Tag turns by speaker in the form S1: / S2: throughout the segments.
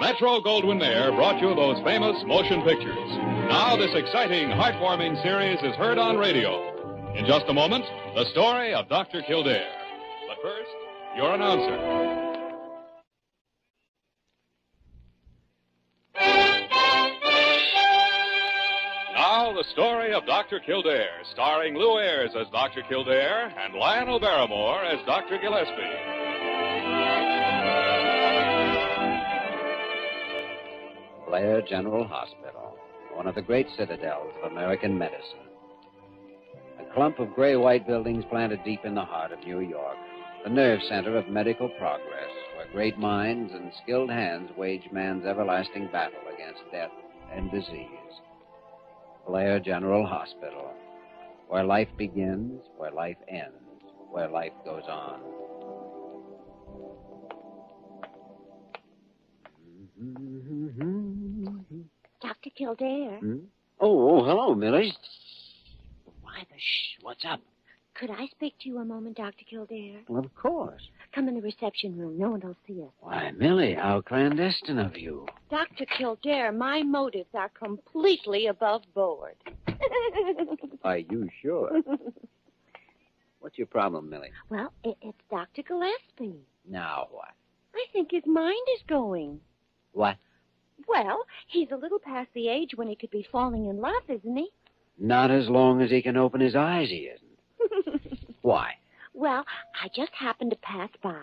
S1: Metro Goldwyn Mayer brought you those famous motion pictures. Now, this exciting, heartwarming series is heard on radio. In just a moment, the story of Dr. Kildare. But first, your announcer. Now, the story of Dr. Kildare, starring Lou Ayres as Dr. Kildare and Lionel Barrymore as Dr. Gillespie.
S2: Blair General Hospital, one of the great citadels of American medicine. A clump of gray white buildings planted deep in the heart of New York, the nerve center of medical progress, where great minds and skilled hands wage man's everlasting battle against death and disease. Blair General Hospital, where life begins, where life ends, where life goes on.
S3: Dr. Kildare.
S2: Hmm? Oh, oh, hello, Millie. Why the shh? What's up?
S3: Could I speak to you a moment, Dr. Kildare?
S2: Well, of course.
S3: Come in the reception room. No one will see us.
S2: Why, Millie, how clandestine of you.
S3: Dr. Kildare, my motives are completely above board.
S2: are you sure? What's your problem, Millie?
S3: Well, it, it's Dr. Gillespie.
S2: Now what?
S3: I think his mind is going.
S2: What?
S3: Well, he's a little past the age when he could be falling in love, isn't he?
S2: Not as long as he can open his eyes, he isn't. Why?
S3: Well, I just happened to pass by,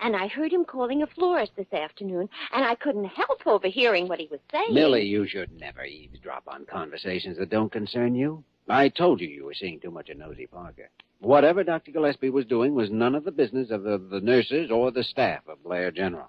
S3: and I heard him calling a florist this afternoon, and I couldn't help overhearing what he was saying.
S2: Millie, you should never eavesdrop on conversations that don't concern you. I told you you were seeing too much of Nosy Parker. Whatever Dr. Gillespie was doing was none of the business of the, the nurses or the staff of Blair General.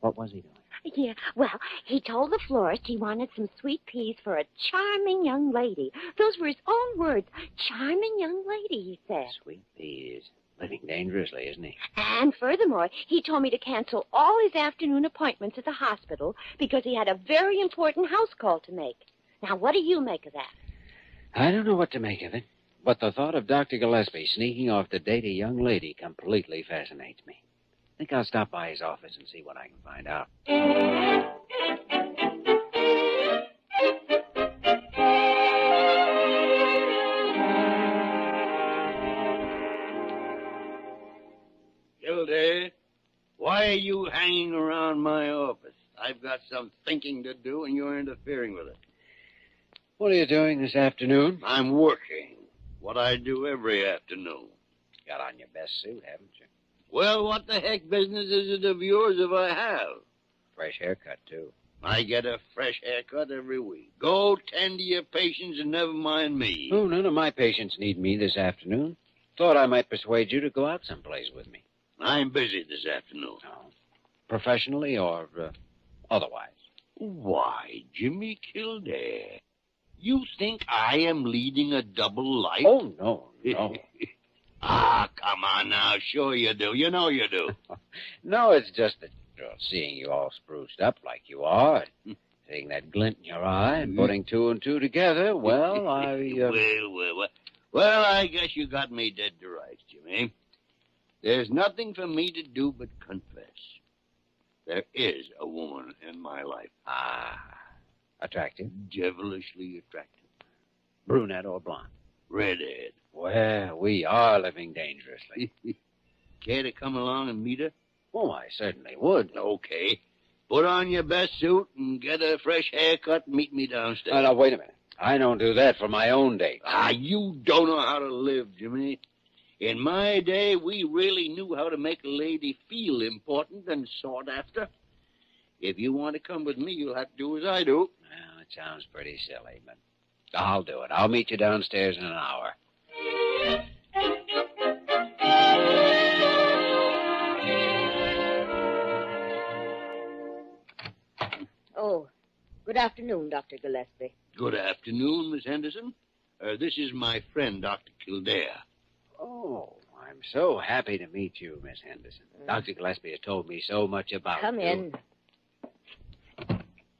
S2: What was he doing?
S3: Yeah, well, he told the florist he wanted some sweet peas for a charming young lady. Those were his own words. Charming young lady, he said.
S2: Sweet peas. Living dangerously, isn't he?
S3: And furthermore, he told me to cancel all his afternoon appointments at the hospital because he had a very important house call to make. Now, what do you make of that?
S2: I don't know what to make of it, but the thought of Dr. Gillespie sneaking off to date a young lady completely fascinates me. I think I'll stop by his office and see what I can find out.
S4: Gilday, why are you hanging around my office? I've got some thinking to do, and you're interfering with it.
S2: What are you doing this afternoon?
S4: I'm working. What I do every afternoon.
S2: Got on your best suit, haven't you?
S4: Well, what the heck business is it of yours if I have?
S2: Fresh haircut, too.
S4: I get a fresh haircut every week. Go tend to your patients and never mind me.
S2: Oh, none of my patients need me this afternoon. Thought I might persuade you to go out someplace with me. Oh.
S4: I'm busy this afternoon.
S2: No. Professionally or uh, otherwise.
S4: Why, Jimmy Kildare, you think I am leading a double life?
S2: Oh, no, no.
S4: ah, come on now. Sure you do. You know you do.
S2: no, it's just that well, seeing you all spruced up like you are, and seeing that glint in your eye, and putting two and two together, well, I. Uh...
S4: well, well, well. Well, I guess you got me dead to rights, Jimmy. There's nothing for me to do but confess. There is a woman in my life,
S2: Ah. Attractive.
S4: devilishly attractive,
S2: Brunette or blonde.
S4: redhead.
S2: Well, we are living dangerously.
S4: Care to come along and meet her?
S2: Oh, I certainly would.
S4: Okay. Put on your best suit and get a fresh haircut and meet me downstairs.
S2: No, no, Uh, wait a minute. I don't do that for my own date.
S4: Ah, you don't know how to live, Jimmy. In my day, we really knew how to make a lady feel important and sought after. If you want to come with me, you'll have to do as I do.
S2: Well, it sounds pretty silly, but I'll do it. I'll meet you downstairs in an hour.
S5: Oh, good afternoon, Dr. Gillespie.
S4: Good afternoon, Miss Henderson. Uh, this is my friend, Dr. Kildare.
S2: Oh, I'm so happy to meet you, Miss Henderson. Dr. Gillespie has told me so much about
S5: Come
S2: you.
S5: in.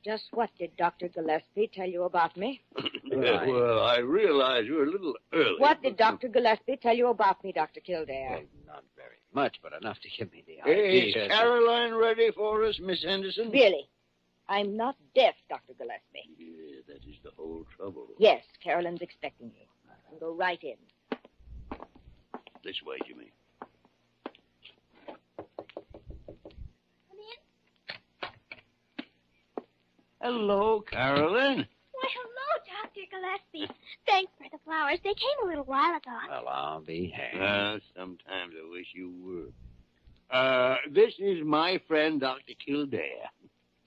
S5: Just what did Dr. Gillespie tell you about me?
S2: Right.
S4: well, I realize you're a little early.
S5: What did
S4: but-
S5: Dr. Gillespie tell you about me, Dr. Kildare?
S2: Well, not very much, but enough to give me the
S4: Hey,
S2: idea.
S4: is
S2: that-
S4: Caroline ready for us, Miss Henderson?
S5: Really, I'm not deaf, Dr. Gillespie.
S4: Yeah, that is the whole trouble.
S5: Yes, Carolyn's expecting you. You can go right in.
S4: This way, Jimmy. Hello, Carolyn.
S3: Why, hello, Dr. Gillespie. Thanks for the flowers. They came a little while ago.
S2: Well, I'll be hanged.
S4: Uh, sometimes I wish you were. Uh, this is my friend, Dr. Kildare.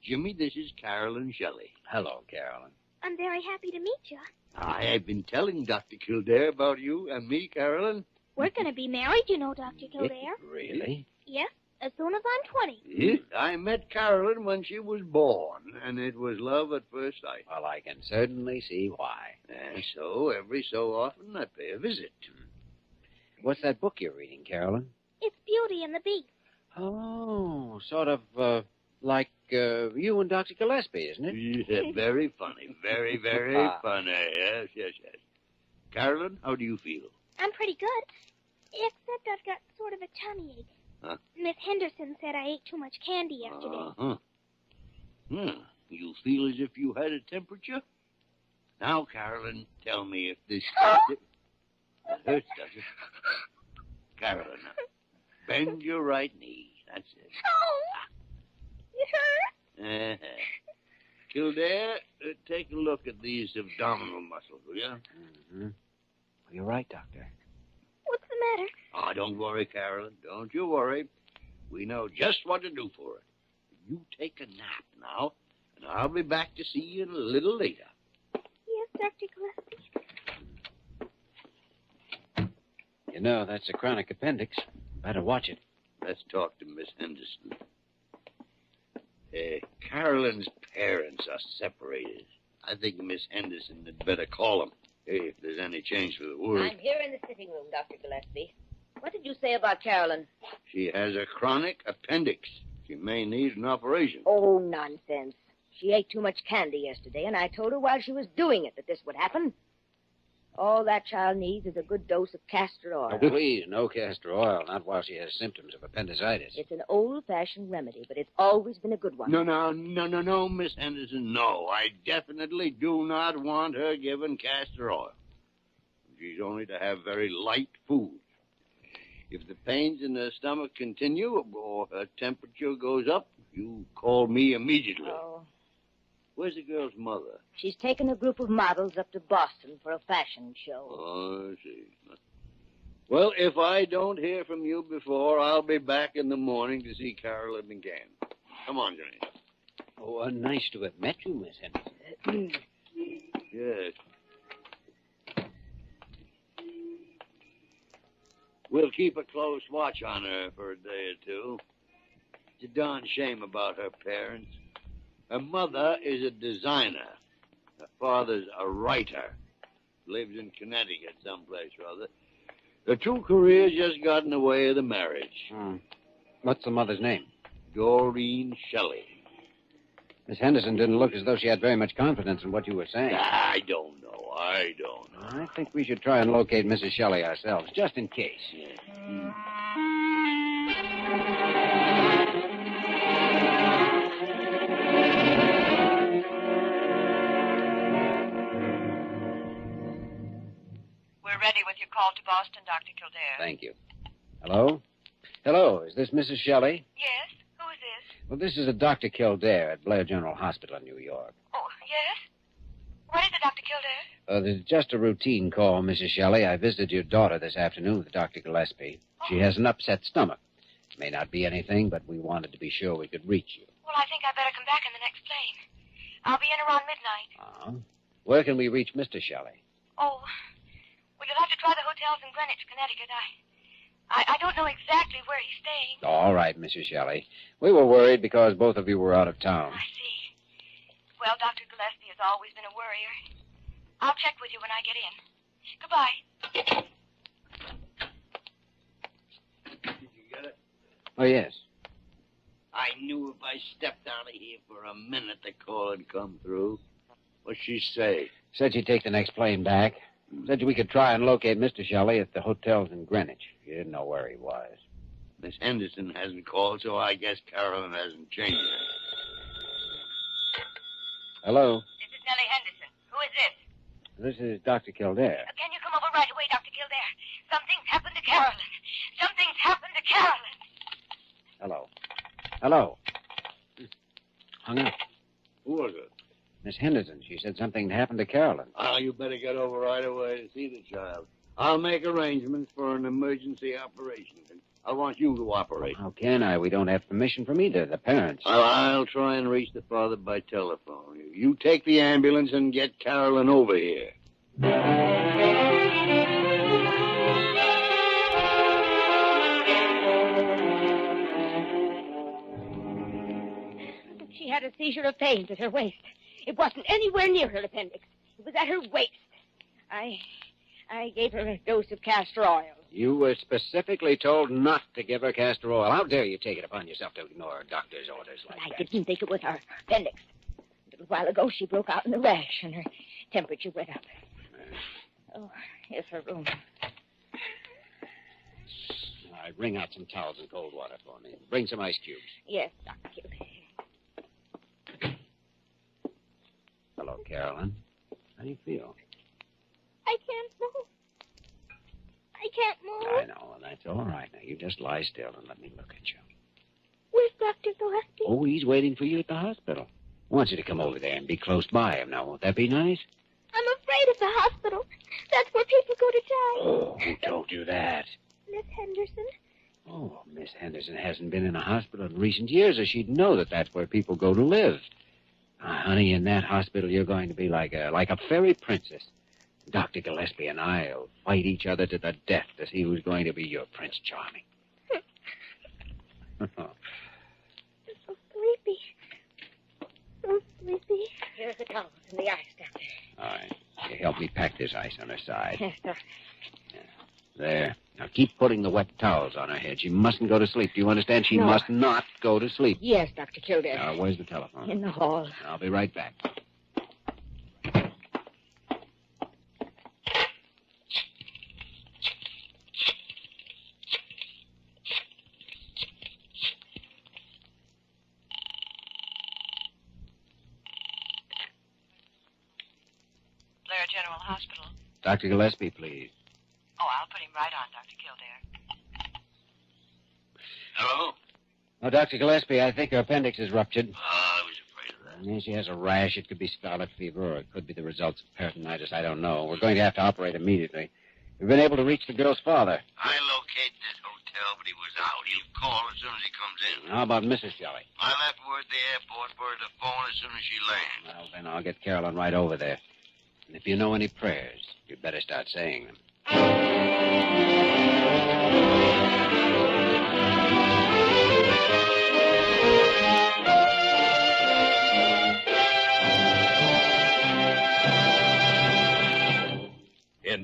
S4: Jimmy, this is Carolyn Shelley.
S2: Hello, Carolyn.
S3: I'm very happy to meet you.
S4: I have been telling Dr. Kildare about you and me, Carolyn.
S3: We're going to be married, you know, Dr. Kildare.
S2: Really?
S3: Yes, as soon as I'm 20.
S4: I met Carolyn when she was born, and it was love at first sight.
S2: Well, I can certainly see why.
S4: And so, every so often, I pay a visit.
S2: What's that book you're reading, Carolyn?
S3: It's Beauty and the Beast.
S2: Oh, sort of uh, like uh, you and Dr. Gillespie, isn't it?
S4: Yeah, very funny. Very, very
S2: Ah.
S4: funny. Yes, yes, yes. Carolyn, how do you feel?
S3: I'm pretty good, except I've got sort of a tummy ache.
S4: Huh?
S3: Miss Henderson said I ate too much candy yesterday.
S4: Uh-huh. Hmm. You feel as if you had a temperature? Now, Carolyn, tell me if this That hurts, does it? Carolyn, now, bend your right knee. That's it.
S3: Oh! It
S2: Oh.
S3: hurts.
S4: Uh-huh. Kildare, uh, take a look at these abdominal muscles, will you?
S2: hmm You're right, Doctor.
S3: What's the matter?
S4: Ah, don't worry, Carolyn. Don't you worry. We know just what to do for it. You take a nap now, and I'll be back to see you a little later.
S3: Yes, Dr. Gillespie.
S2: You know, that's a chronic appendix. Better watch it.
S4: Let's talk to Miss Henderson. Eh, Carolyn's parents are separated. I think Miss Henderson had better call them eh, if there's any change for the worse.
S5: I'm here in the sitting room, Dr. Gillespie. What did you say about Carolyn?
S4: She has a chronic appendix. She may need an operation.
S5: Oh, nonsense. She ate too much candy yesterday, and I told her while she was doing it that this would happen. All that child needs is a good dose of castor
S2: Oh,
S5: oil.
S2: please, no castor oil, not while she has symptoms of appendicitis.
S5: It's an old fashioned remedy, but it's always been a good one.
S4: No, no, no, no, no, Miss Henderson, no. I definitely do not want her given castor oil. She's only to have very light food. If the pains in her stomach continue or her temperature goes up, you call me immediately.
S5: Oh.
S4: Where's the girl's mother?
S5: She's taken a group of models up to Boston for a fashion show.
S4: Oh, I see. Well, if I don't hear from you before, I'll be back in the morning to see Carolyn again. Come on, Johnny.
S2: Oh, uh, nice to have met you, Miss Henderson.
S4: Yes. We'll keep a close watch on her for a day or two. It's a darn shame about her parents. Her mother is a designer. Her father's a writer. Lives in Connecticut someplace or other. The two careers just got in the way of the marriage.
S2: Hmm. What's the mother's name?
S4: Doreen Shelley.
S2: Miss Henderson didn't look as though she had very much confidence in what you were saying.
S4: I don't know. I don't know.
S2: I think we should try and locate Mrs. Shelley ourselves, just in case.
S6: We're ready with your call to Boston, Dr. Kildare.
S2: Thank you. Hello? Hello, is this Mrs. Shelley?
S6: Yes? Who is this?
S2: Well, this is a Dr. Kildare at Blair General Hospital in New York.
S6: Oh, yes? What is it, Dr. Kildare?
S2: Uh, this is just a routine call, Mrs. Shelley. I visited your daughter this afternoon with Dr. Gillespie. She has an upset stomach. It may not be anything, but we wanted to be sure we could reach you.
S6: Well, I think I better come back in the next plane. I'll be in around midnight.
S2: Uh-huh. Where can we reach Mr. Shelley?
S6: Oh, well, you'll have to try the hotels in Greenwich, Connecticut. I, I, I don't know exactly where he's staying.
S2: All right, Mrs. Shelley. We were worried because both of you were out of town.
S6: I see. Well, Dr. Gillespie has always been a worrier. I'll check with you when I get in. Goodbye.
S4: Did you get it?
S2: Oh, yes.
S4: I knew if I stepped out of here for a minute the call would come through. What'd she say?
S2: Said she'd take the next plane back. Said we could try and locate Mr. Shelley at the hotels in Greenwich. She didn't know where he was.
S4: Miss Henderson hasn't called, so I guess Carolyn hasn't changed it.
S2: Hello?
S6: This is Nellie Henderson. Who is this?
S2: This is Dr. Kildare.
S6: Can you come over right away, Dr. Kildare? Something's happened to Carolyn. Something's happened to Carolyn.
S2: Hello. Hello. Hung up.
S4: Who was it?
S2: Miss Henderson, she said something had happened to Carolyn.
S4: Oh, you better get over right away to see the child. I'll make arrangements for an emergency operation. I want you to operate.
S2: How can I? We don't have permission from either of the parents.
S4: Well, I'll try and reach the father by telephone. You take the ambulance and get Carolyn over here.
S5: She had a seizure of pains at her waist. It wasn't anywhere near her appendix. It was at her waist. I I gave her a dose of castor oil.
S2: You were specifically told not to give her castor oil. How dare you take it upon yourself to ignore a doctor's orders like
S5: I
S2: that?
S5: didn't think it was her appendix. A little while ago, she broke out in a rash, and her temperature went up. Oh, here's her room.
S2: All right, wring out some towels and cold water for me. Bring some ice cubes.
S5: Yes, Dr. Kildare.
S2: Hello, Carolyn. How do you feel?
S3: I can't move. I can't move.
S2: I know, and Oh, that's all right. Now, you just lie still and let me look at you.
S3: Where's Dr. Gillespie?
S2: Oh, he's waiting for you at the hospital. Wants you to come over there and be close by him. Now, won't that be nice?
S3: I'm afraid of the hospital. That's where people go to die.
S2: Oh, who told you that?
S3: Miss Henderson,
S2: Oh, Miss Henderson hasn't been in a hospital in recent years, or she'd know that that's where people go to live. Ah, honey, in that hospital, you're going to be like a like a fairy princess. Doctor Gillespie and I'll fight each other to the death to see who's going to be your Prince Charming.
S3: I'm so sleepy. So sleepy.
S5: Here's the towels and the ice, Doctor.
S2: All right, you help me pack this ice on her side.
S5: Yes, Doctor.
S2: There. Now keep putting the wet towels on her head. She mustn't go to sleep. Do you understand? She
S5: No.
S2: must not go to sleep.
S5: Yes, Dr. Kildare.
S2: Now, where's the telephone?
S5: In the hall.
S2: I'll be right back.
S6: Blair General Hospital.
S2: Dr. Gillespie, please.
S6: Oh, I'll put him right on, Dr. Kildare.
S4: Hello?
S2: Oh, Dr. Gillespie, I think her appendix is ruptured.
S4: Oh, I was afraid of that.
S2: Yeah, she has a rash. It could be scarlet fever, or it could be the results of peritonitis. I don't know. We're going to have to operate immediately. We've been able to reach the girl's father.
S4: I locate this tell, but he was out. He'll call as soon as he comes in.
S2: How about Mrs. Shelley?
S4: I left word at the airport for her to phone as soon as she lands.
S2: Well, then I'll get Carolyn right over there. And if you know any prayers, you'd better start saying them.
S1: In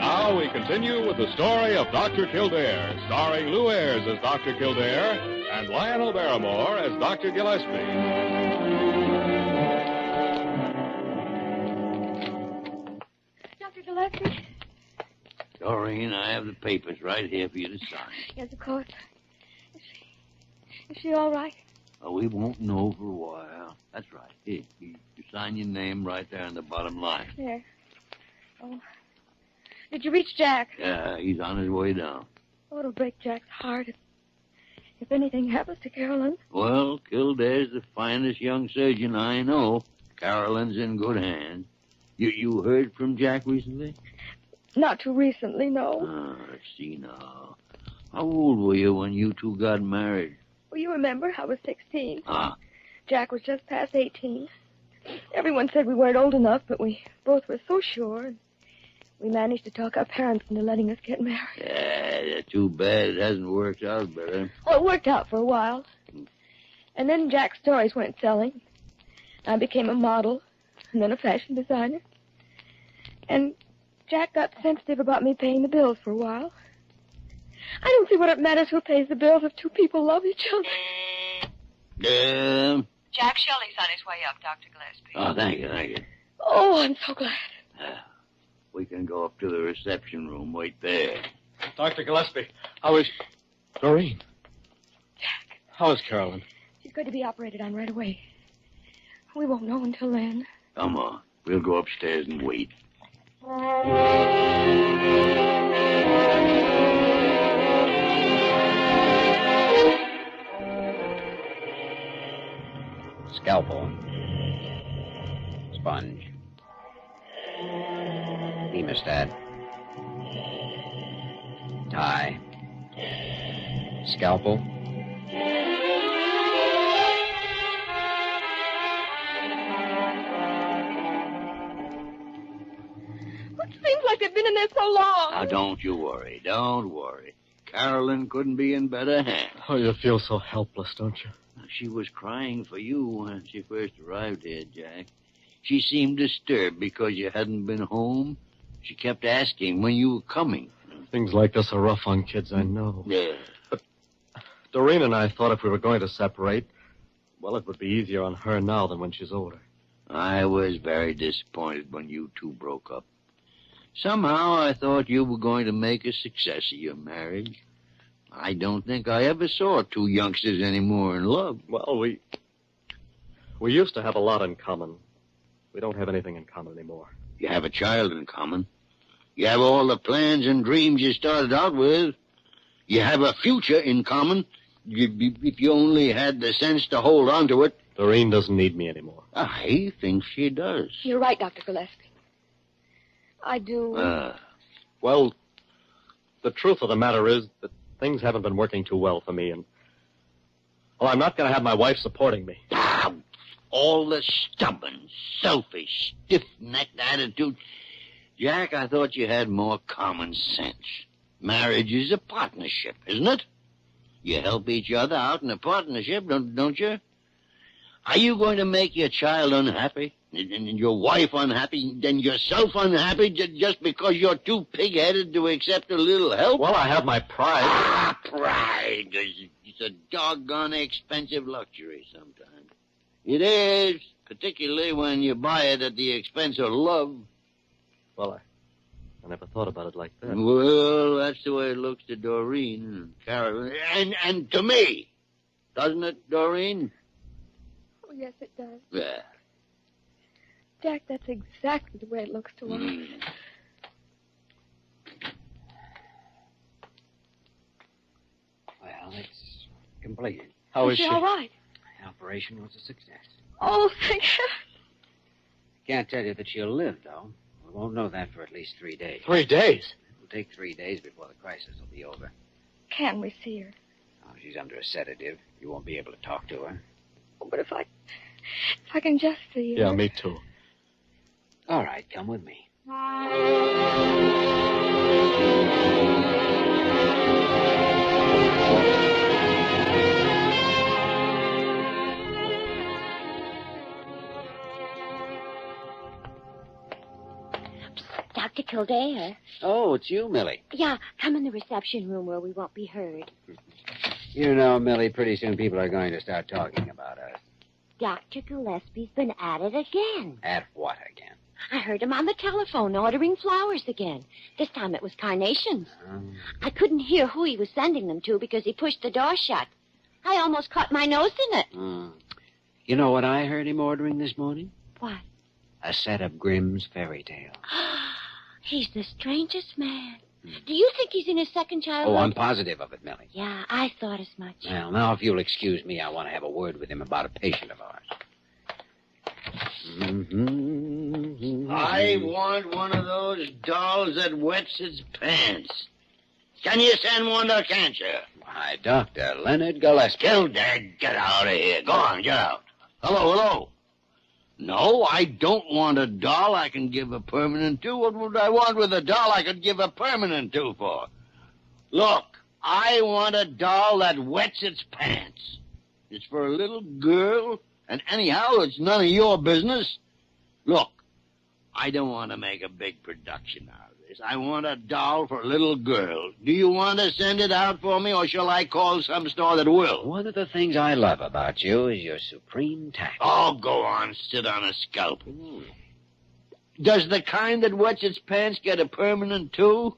S1: Now we continue with the story of Dr. Kildare, starring Lou Ayres as Dr. Kildare and Lionel Barrymore as Dr. Gillespie.
S6: Dr. Gillespie?
S4: Doreen, I have the papers right here for you to sign.
S6: Yes, of course. Is she, is she all right?
S4: Oh, we won't know for a while. That's right. Here, you, you sign your name right there on the bottom line.
S6: There. Oh. Did you reach Jack?
S4: Yeah, he's on his way down.
S6: Oh, it'll break Jack's heart if, if anything happens to Carolyn.
S4: Well, Kildare's the finest young surgeon I know. Carolyn's in good hands. You you heard from Jack recently?
S6: Not too recently, no.
S4: Ah, I see now. How old were you when you two got married?
S6: Well, you remember, I was 16.
S4: Ah,
S6: Jack was just past 18. Everyone said we weren't old enough, but we both were so sure. And we managed to talk our parents into letting us get married.
S4: Ah, yeah, too bad it hasn't worked out better.
S6: Well, it worked out for a while. And then Jack's stories went selling. I became a model, and then a fashion designer. And Jack got sensitive about me paying the bills for a while. I don't see what it matters who pays the bills if two people love each other.
S4: Yeah.
S3: Jack Shelley's on his way up, Dr. Gillespie.
S4: Oh, thank you, thank you.
S6: Oh, I'm so glad.
S4: We can go up to the reception room. Wait there.
S7: Dr. Gillespie, how is. Doreen,
S6: Jack,
S7: how is Carolyn?
S6: she's going to be operated on right away. We won't know until then.
S4: Come on. We'll go upstairs and wait.
S2: Scalpel. Sponge. Hemostat. Tie. Scalpel.
S6: It seems like they've been in there so long.
S4: Now, don't you worry. Don't worry. Carolyn couldn't be in better hands.
S7: Oh, you feel so helpless, don't you?
S4: She was crying for you when she first arrived here, Jack. She seemed disturbed because you hadn't been home. She kept asking when you were coming.
S7: Things like this are rough on kids, I know.
S4: Yeah.
S7: Doreen and I thought if we were going to separate, well, it would be easier on her now than when she's older.
S4: I was very disappointed when you two broke up. Somehow I thought you were going to make a success of your marriage. I don't think I ever saw two youngsters anymore in love.
S7: Well, we. We used to have a lot in common. We don't have anything in common anymore.
S4: You have a child in common. You have all the plans and dreams you started out with. You have a future in common. You- you- If you only had the sense to hold on to it,
S7: Doreen doesn't need me anymore.
S4: I think she does.
S6: You're right, Dr. Gillespie. I do.
S8: Uh.
S4: Ah.
S7: Well, the truth of the matter is that things haven't been working too well for me, and. Well, I'm not going to have my wife supporting me.
S4: Ah, all the stubborn, selfish, stiff-necked attitude. Jack, I thought you had more common sense. Marriage is a partnership, isn't it? You help each other out in a partnership, don't, don't you? Are you going to make your child unhappy? And, and- and your wife unhappy? Then yourself unhappy ju- just because you're too pig-headed to accept a little help?
S8: Well, I have my pride.
S4: Ah, pride. is- It's a doggone expensive luxury sometimes. It is, particularly when you buy it at the expense of love.
S8: Well, I, I never thought about it like that.
S5: Mm,
S4: Well, that's the way it looks to Doreen and Carol. And, and to me. Doesn't it, Doreen?
S3: Oh, yes, it does.
S4: Yeah.
S3: Jack, that's exactly the way it looks to us.
S4: Mm.
S2: Well, it's completed.
S8: How is
S3: she
S8: she?
S3: all right?
S2: The operation was a success.
S3: Oh, thank heaven.
S2: Can't tell you that she'll live, though. We won't know that for at least three days.
S8: Three days.
S2: It'll take three days before the crisis will be over.
S3: Can we see her?
S2: Oh, she's under a sedative. You won't be able to talk to her.
S3: Oh, but if I... If I can just see her.
S8: Yeah, me too.
S2: All right, come with me.
S5: Dr. Kildare.
S2: Oh, it's you, Millie.
S5: Yeah, come in the reception room where we won't be heard.
S2: You know, Millie, pretty soon people are going to start talking about us.
S5: Dr. Gillespie's been at it again.
S2: At what again?
S5: I heard him on the telephone ordering flowers again. This time it was carnations.
S8: Uh-huh.
S2: Um,
S5: I couldn't hear who he was sending them to because he pushed the door shut. I almost caught my nose in it.
S2: mm. You know what I heard him ordering this morning?
S5: What?
S2: A set of Grimm's fairy tales.
S5: he's the strangest man. Do you think he's in his second childhood?
S2: Hmm. Oh, I'm positive of it, Millie.
S5: Yeah, I thought as much.
S2: Well, now, if you'll excuse me, I want to have a word with him about a patient of ours. Mhm.
S4: I want one of those dolls that wets its pants. Can you send one to can't you?
S2: Why, Dr. Leonard Gillespie.
S4: Kildare, get out of here. Go on, get out. Hello, hello. No, I don't want a doll I can give a permanent to. What would I want with a doll I could give a permanent to for? Look, I want a doll that wets its pants. It's for a little girl, and anyhow, it's none of your business. Look, I don't want to make a big production out of this. I want a doll for a little girl. Do you want to send it out for me, or shall I call some store that will?
S2: One of the things I love about you is your supreme tact. Hmm.
S4: Oh, go on, sit on a scalp. Does the kind that wets its pants get a permanent too?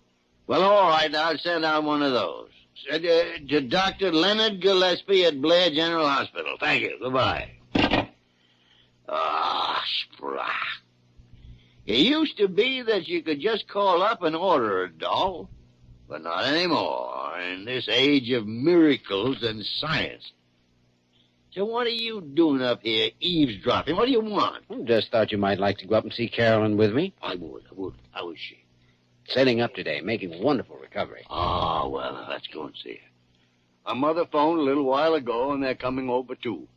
S4: Well, all right, I'll send out one of those. Uh, to Dr. Leonard Gillespie at Blair General Hospital. Thank you. Goodbye. Ah, sprach. It used to be that you could just call up and order a doll, but not anymore in this age of miracles and science. So what are you doing up here eavesdropping? What do you want?
S2: Just thought you might like to go up and see Carolyn with me.
S4: I would, I would. How is she?
S2: Setting up today, making wonderful recovery.
S4: Ah, well, let's go and see her. Her mother phoned a little while ago, and they're coming over, too.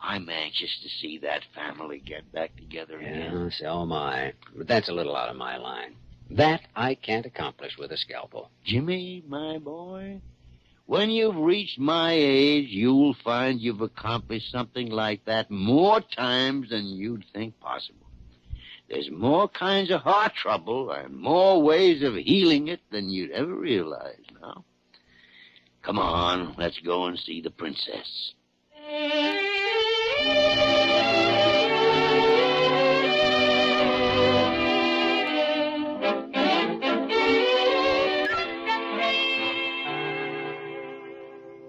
S4: I'm anxious to see that family get back together again.
S2: Yeah, so am I. But that's a little out of my line. That I can't accomplish with a scalpel.
S4: Jimmy, my boy, when you've reached my age, you'll find you've accomplished something like that more times than you'd think possible. There's more kinds of heart trouble and more ways of healing it than you'd ever realize now. Come on, let's go and see the princess.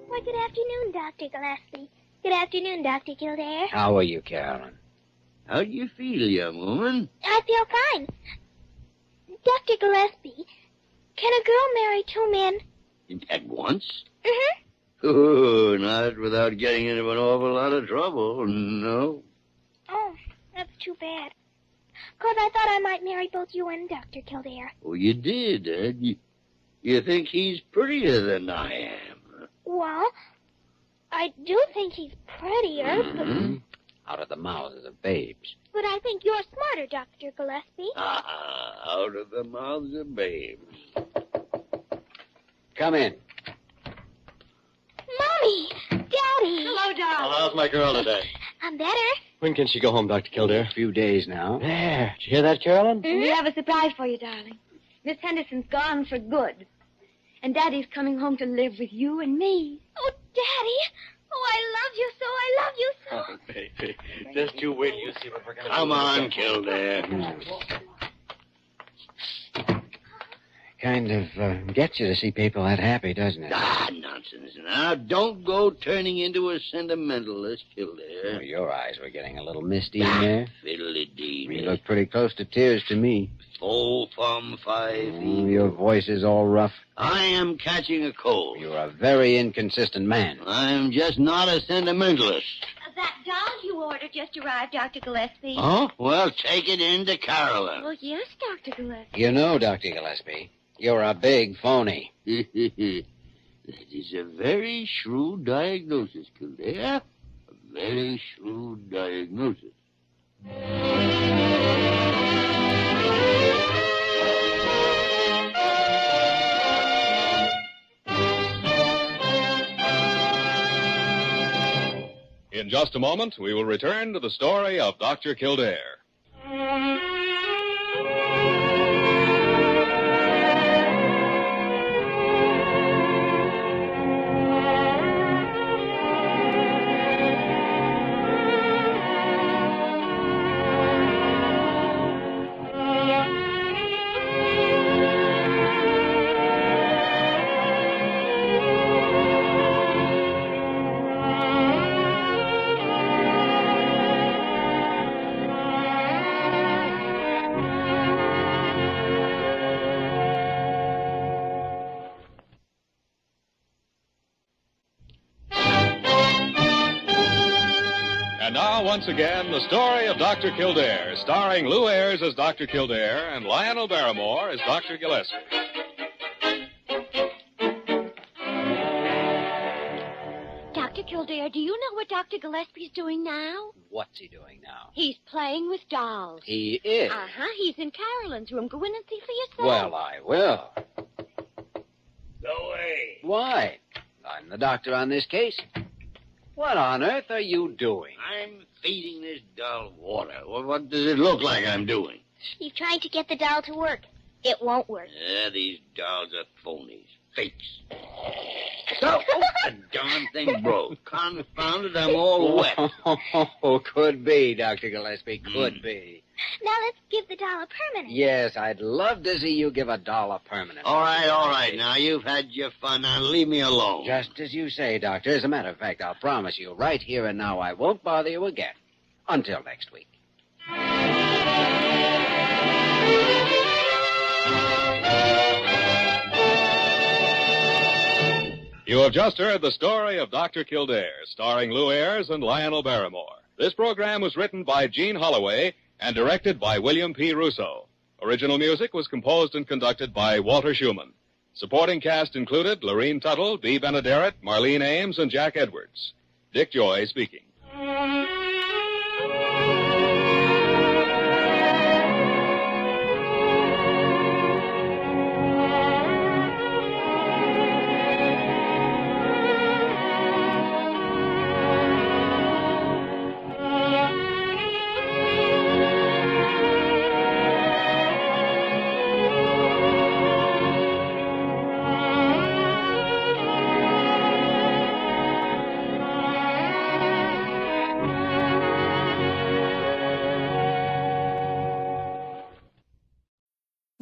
S9: Why, good afternoon, Dr. Gillespie. Good afternoon, Dr. Kildare.
S2: How are you, Carolyn?
S4: How do you feel, young woman?
S9: I feel fine. Dr. Gillespie, can a girl marry two men?
S4: At once?
S9: Mm-hmm.
S4: Oh, not without getting into an awful lot of trouble, no.
S9: Oh, that's too bad. 'Cause I thought I might marry both you and Dr. Kildare.
S4: Oh, you did, eh? You, you think he's prettier than I am?
S9: Well, I do think he's prettier,
S2: Mm-hmm.
S9: but,
S4: Mhm.
S2: Out of the mouths of babes.
S9: but I think you're smarter, Dr. Gillespie.
S4: Ah, out of the mouths of babes.
S2: Come in.
S9: Mommy! Daddy!
S6: Hello, darling.
S8: how's my girl today?
S9: I'm better.
S8: When can she go home, Dr. Kildare?
S2: A few days now.
S8: There. Did you hear that, Carolyn?
S6: Eh?
S3: We have a surprise for you, darling. Miss Henderson's gone for good. And Daddy's coming home to live with you and me.
S9: Oh, Daddy. Oh, I love you so. I love you so.
S8: Baby, just you wait till you see what we're going
S4: Come on, Kildare.
S2: Kind of uh, gets you to see people that happy, doesn't it?
S4: Ah, nonsense. Now, don't go turning into a sentimentalist,
S2: Oh,
S4: Kildare.
S2: your eyes were getting a little misty in there.
S4: Fiddly
S2: You
S4: dee.
S2: look pretty close to tears to me.
S4: Four, fum, five.
S2: Oh, your voice is all rough.
S4: I am catching a cold.
S2: You're a very inconsistent man.
S4: I'm just not a sentimentalist.
S9: Uh, That doll you ordered just arrived, Dr. Gillespie.
S4: Oh? Well, take it into Carolyn.
S9: Well, yes, Dr. Gillespie.
S2: You know, Dr. Gillespie, you're a big phony.
S4: that is a very shrewd diagnosis, Kildare. A very shrewd diagnosis.
S1: In just a moment, we will return to the story of Dr. Kildare. And now, once again, the story of Dr. Kildare, starring Lou Ayres as Dr. Kildare and Lionel Barrymore as Dr. Gillespie.
S9: Dr. Kildare, do you know what Dr. Gillespie's doing now?
S2: What's he doing now?
S9: He's playing with dolls.
S2: He is.
S9: Uh huh. He's in Carolyn's room. Go in and see for yourself.
S2: Well, I will.
S4: Go away.
S2: Why? I'm the doctor on this case. What on earth are you doing?
S4: I'm feeding this doll water. Well, what does it look like I'm doing?
S9: You've tried to get the doll to work. It won't work.
S4: Yeah, these dolls are phonies. Fakes. So, oh, the darn thing broke. Confound it, I'm all wet.
S2: Oh, could be, Dr. Gillespie. Could
S4: Mm.
S2: be.
S9: Now let's give the doll a permanent.
S2: Yes, I'd love to see you give a dollar permanent.
S4: All right, all right. Now, you've had your fun. Now, leave me alone.
S2: Just as you say, Doctor. As a matter of fact, I'll promise you right here and now I won't bother you again. Until next week.
S1: You have just heard the story of Dr. Kildare, starring Lou Ayres and Lionel Barrymore. This program was written by Gene Holloway and directed by William P. Russo. Original music was composed and conducted by Walter Schumann. Supporting cast included Lorene Tuttle, Dee Benaderet, Marlene Ames, and Jack Edwards. Dick Joy speaking.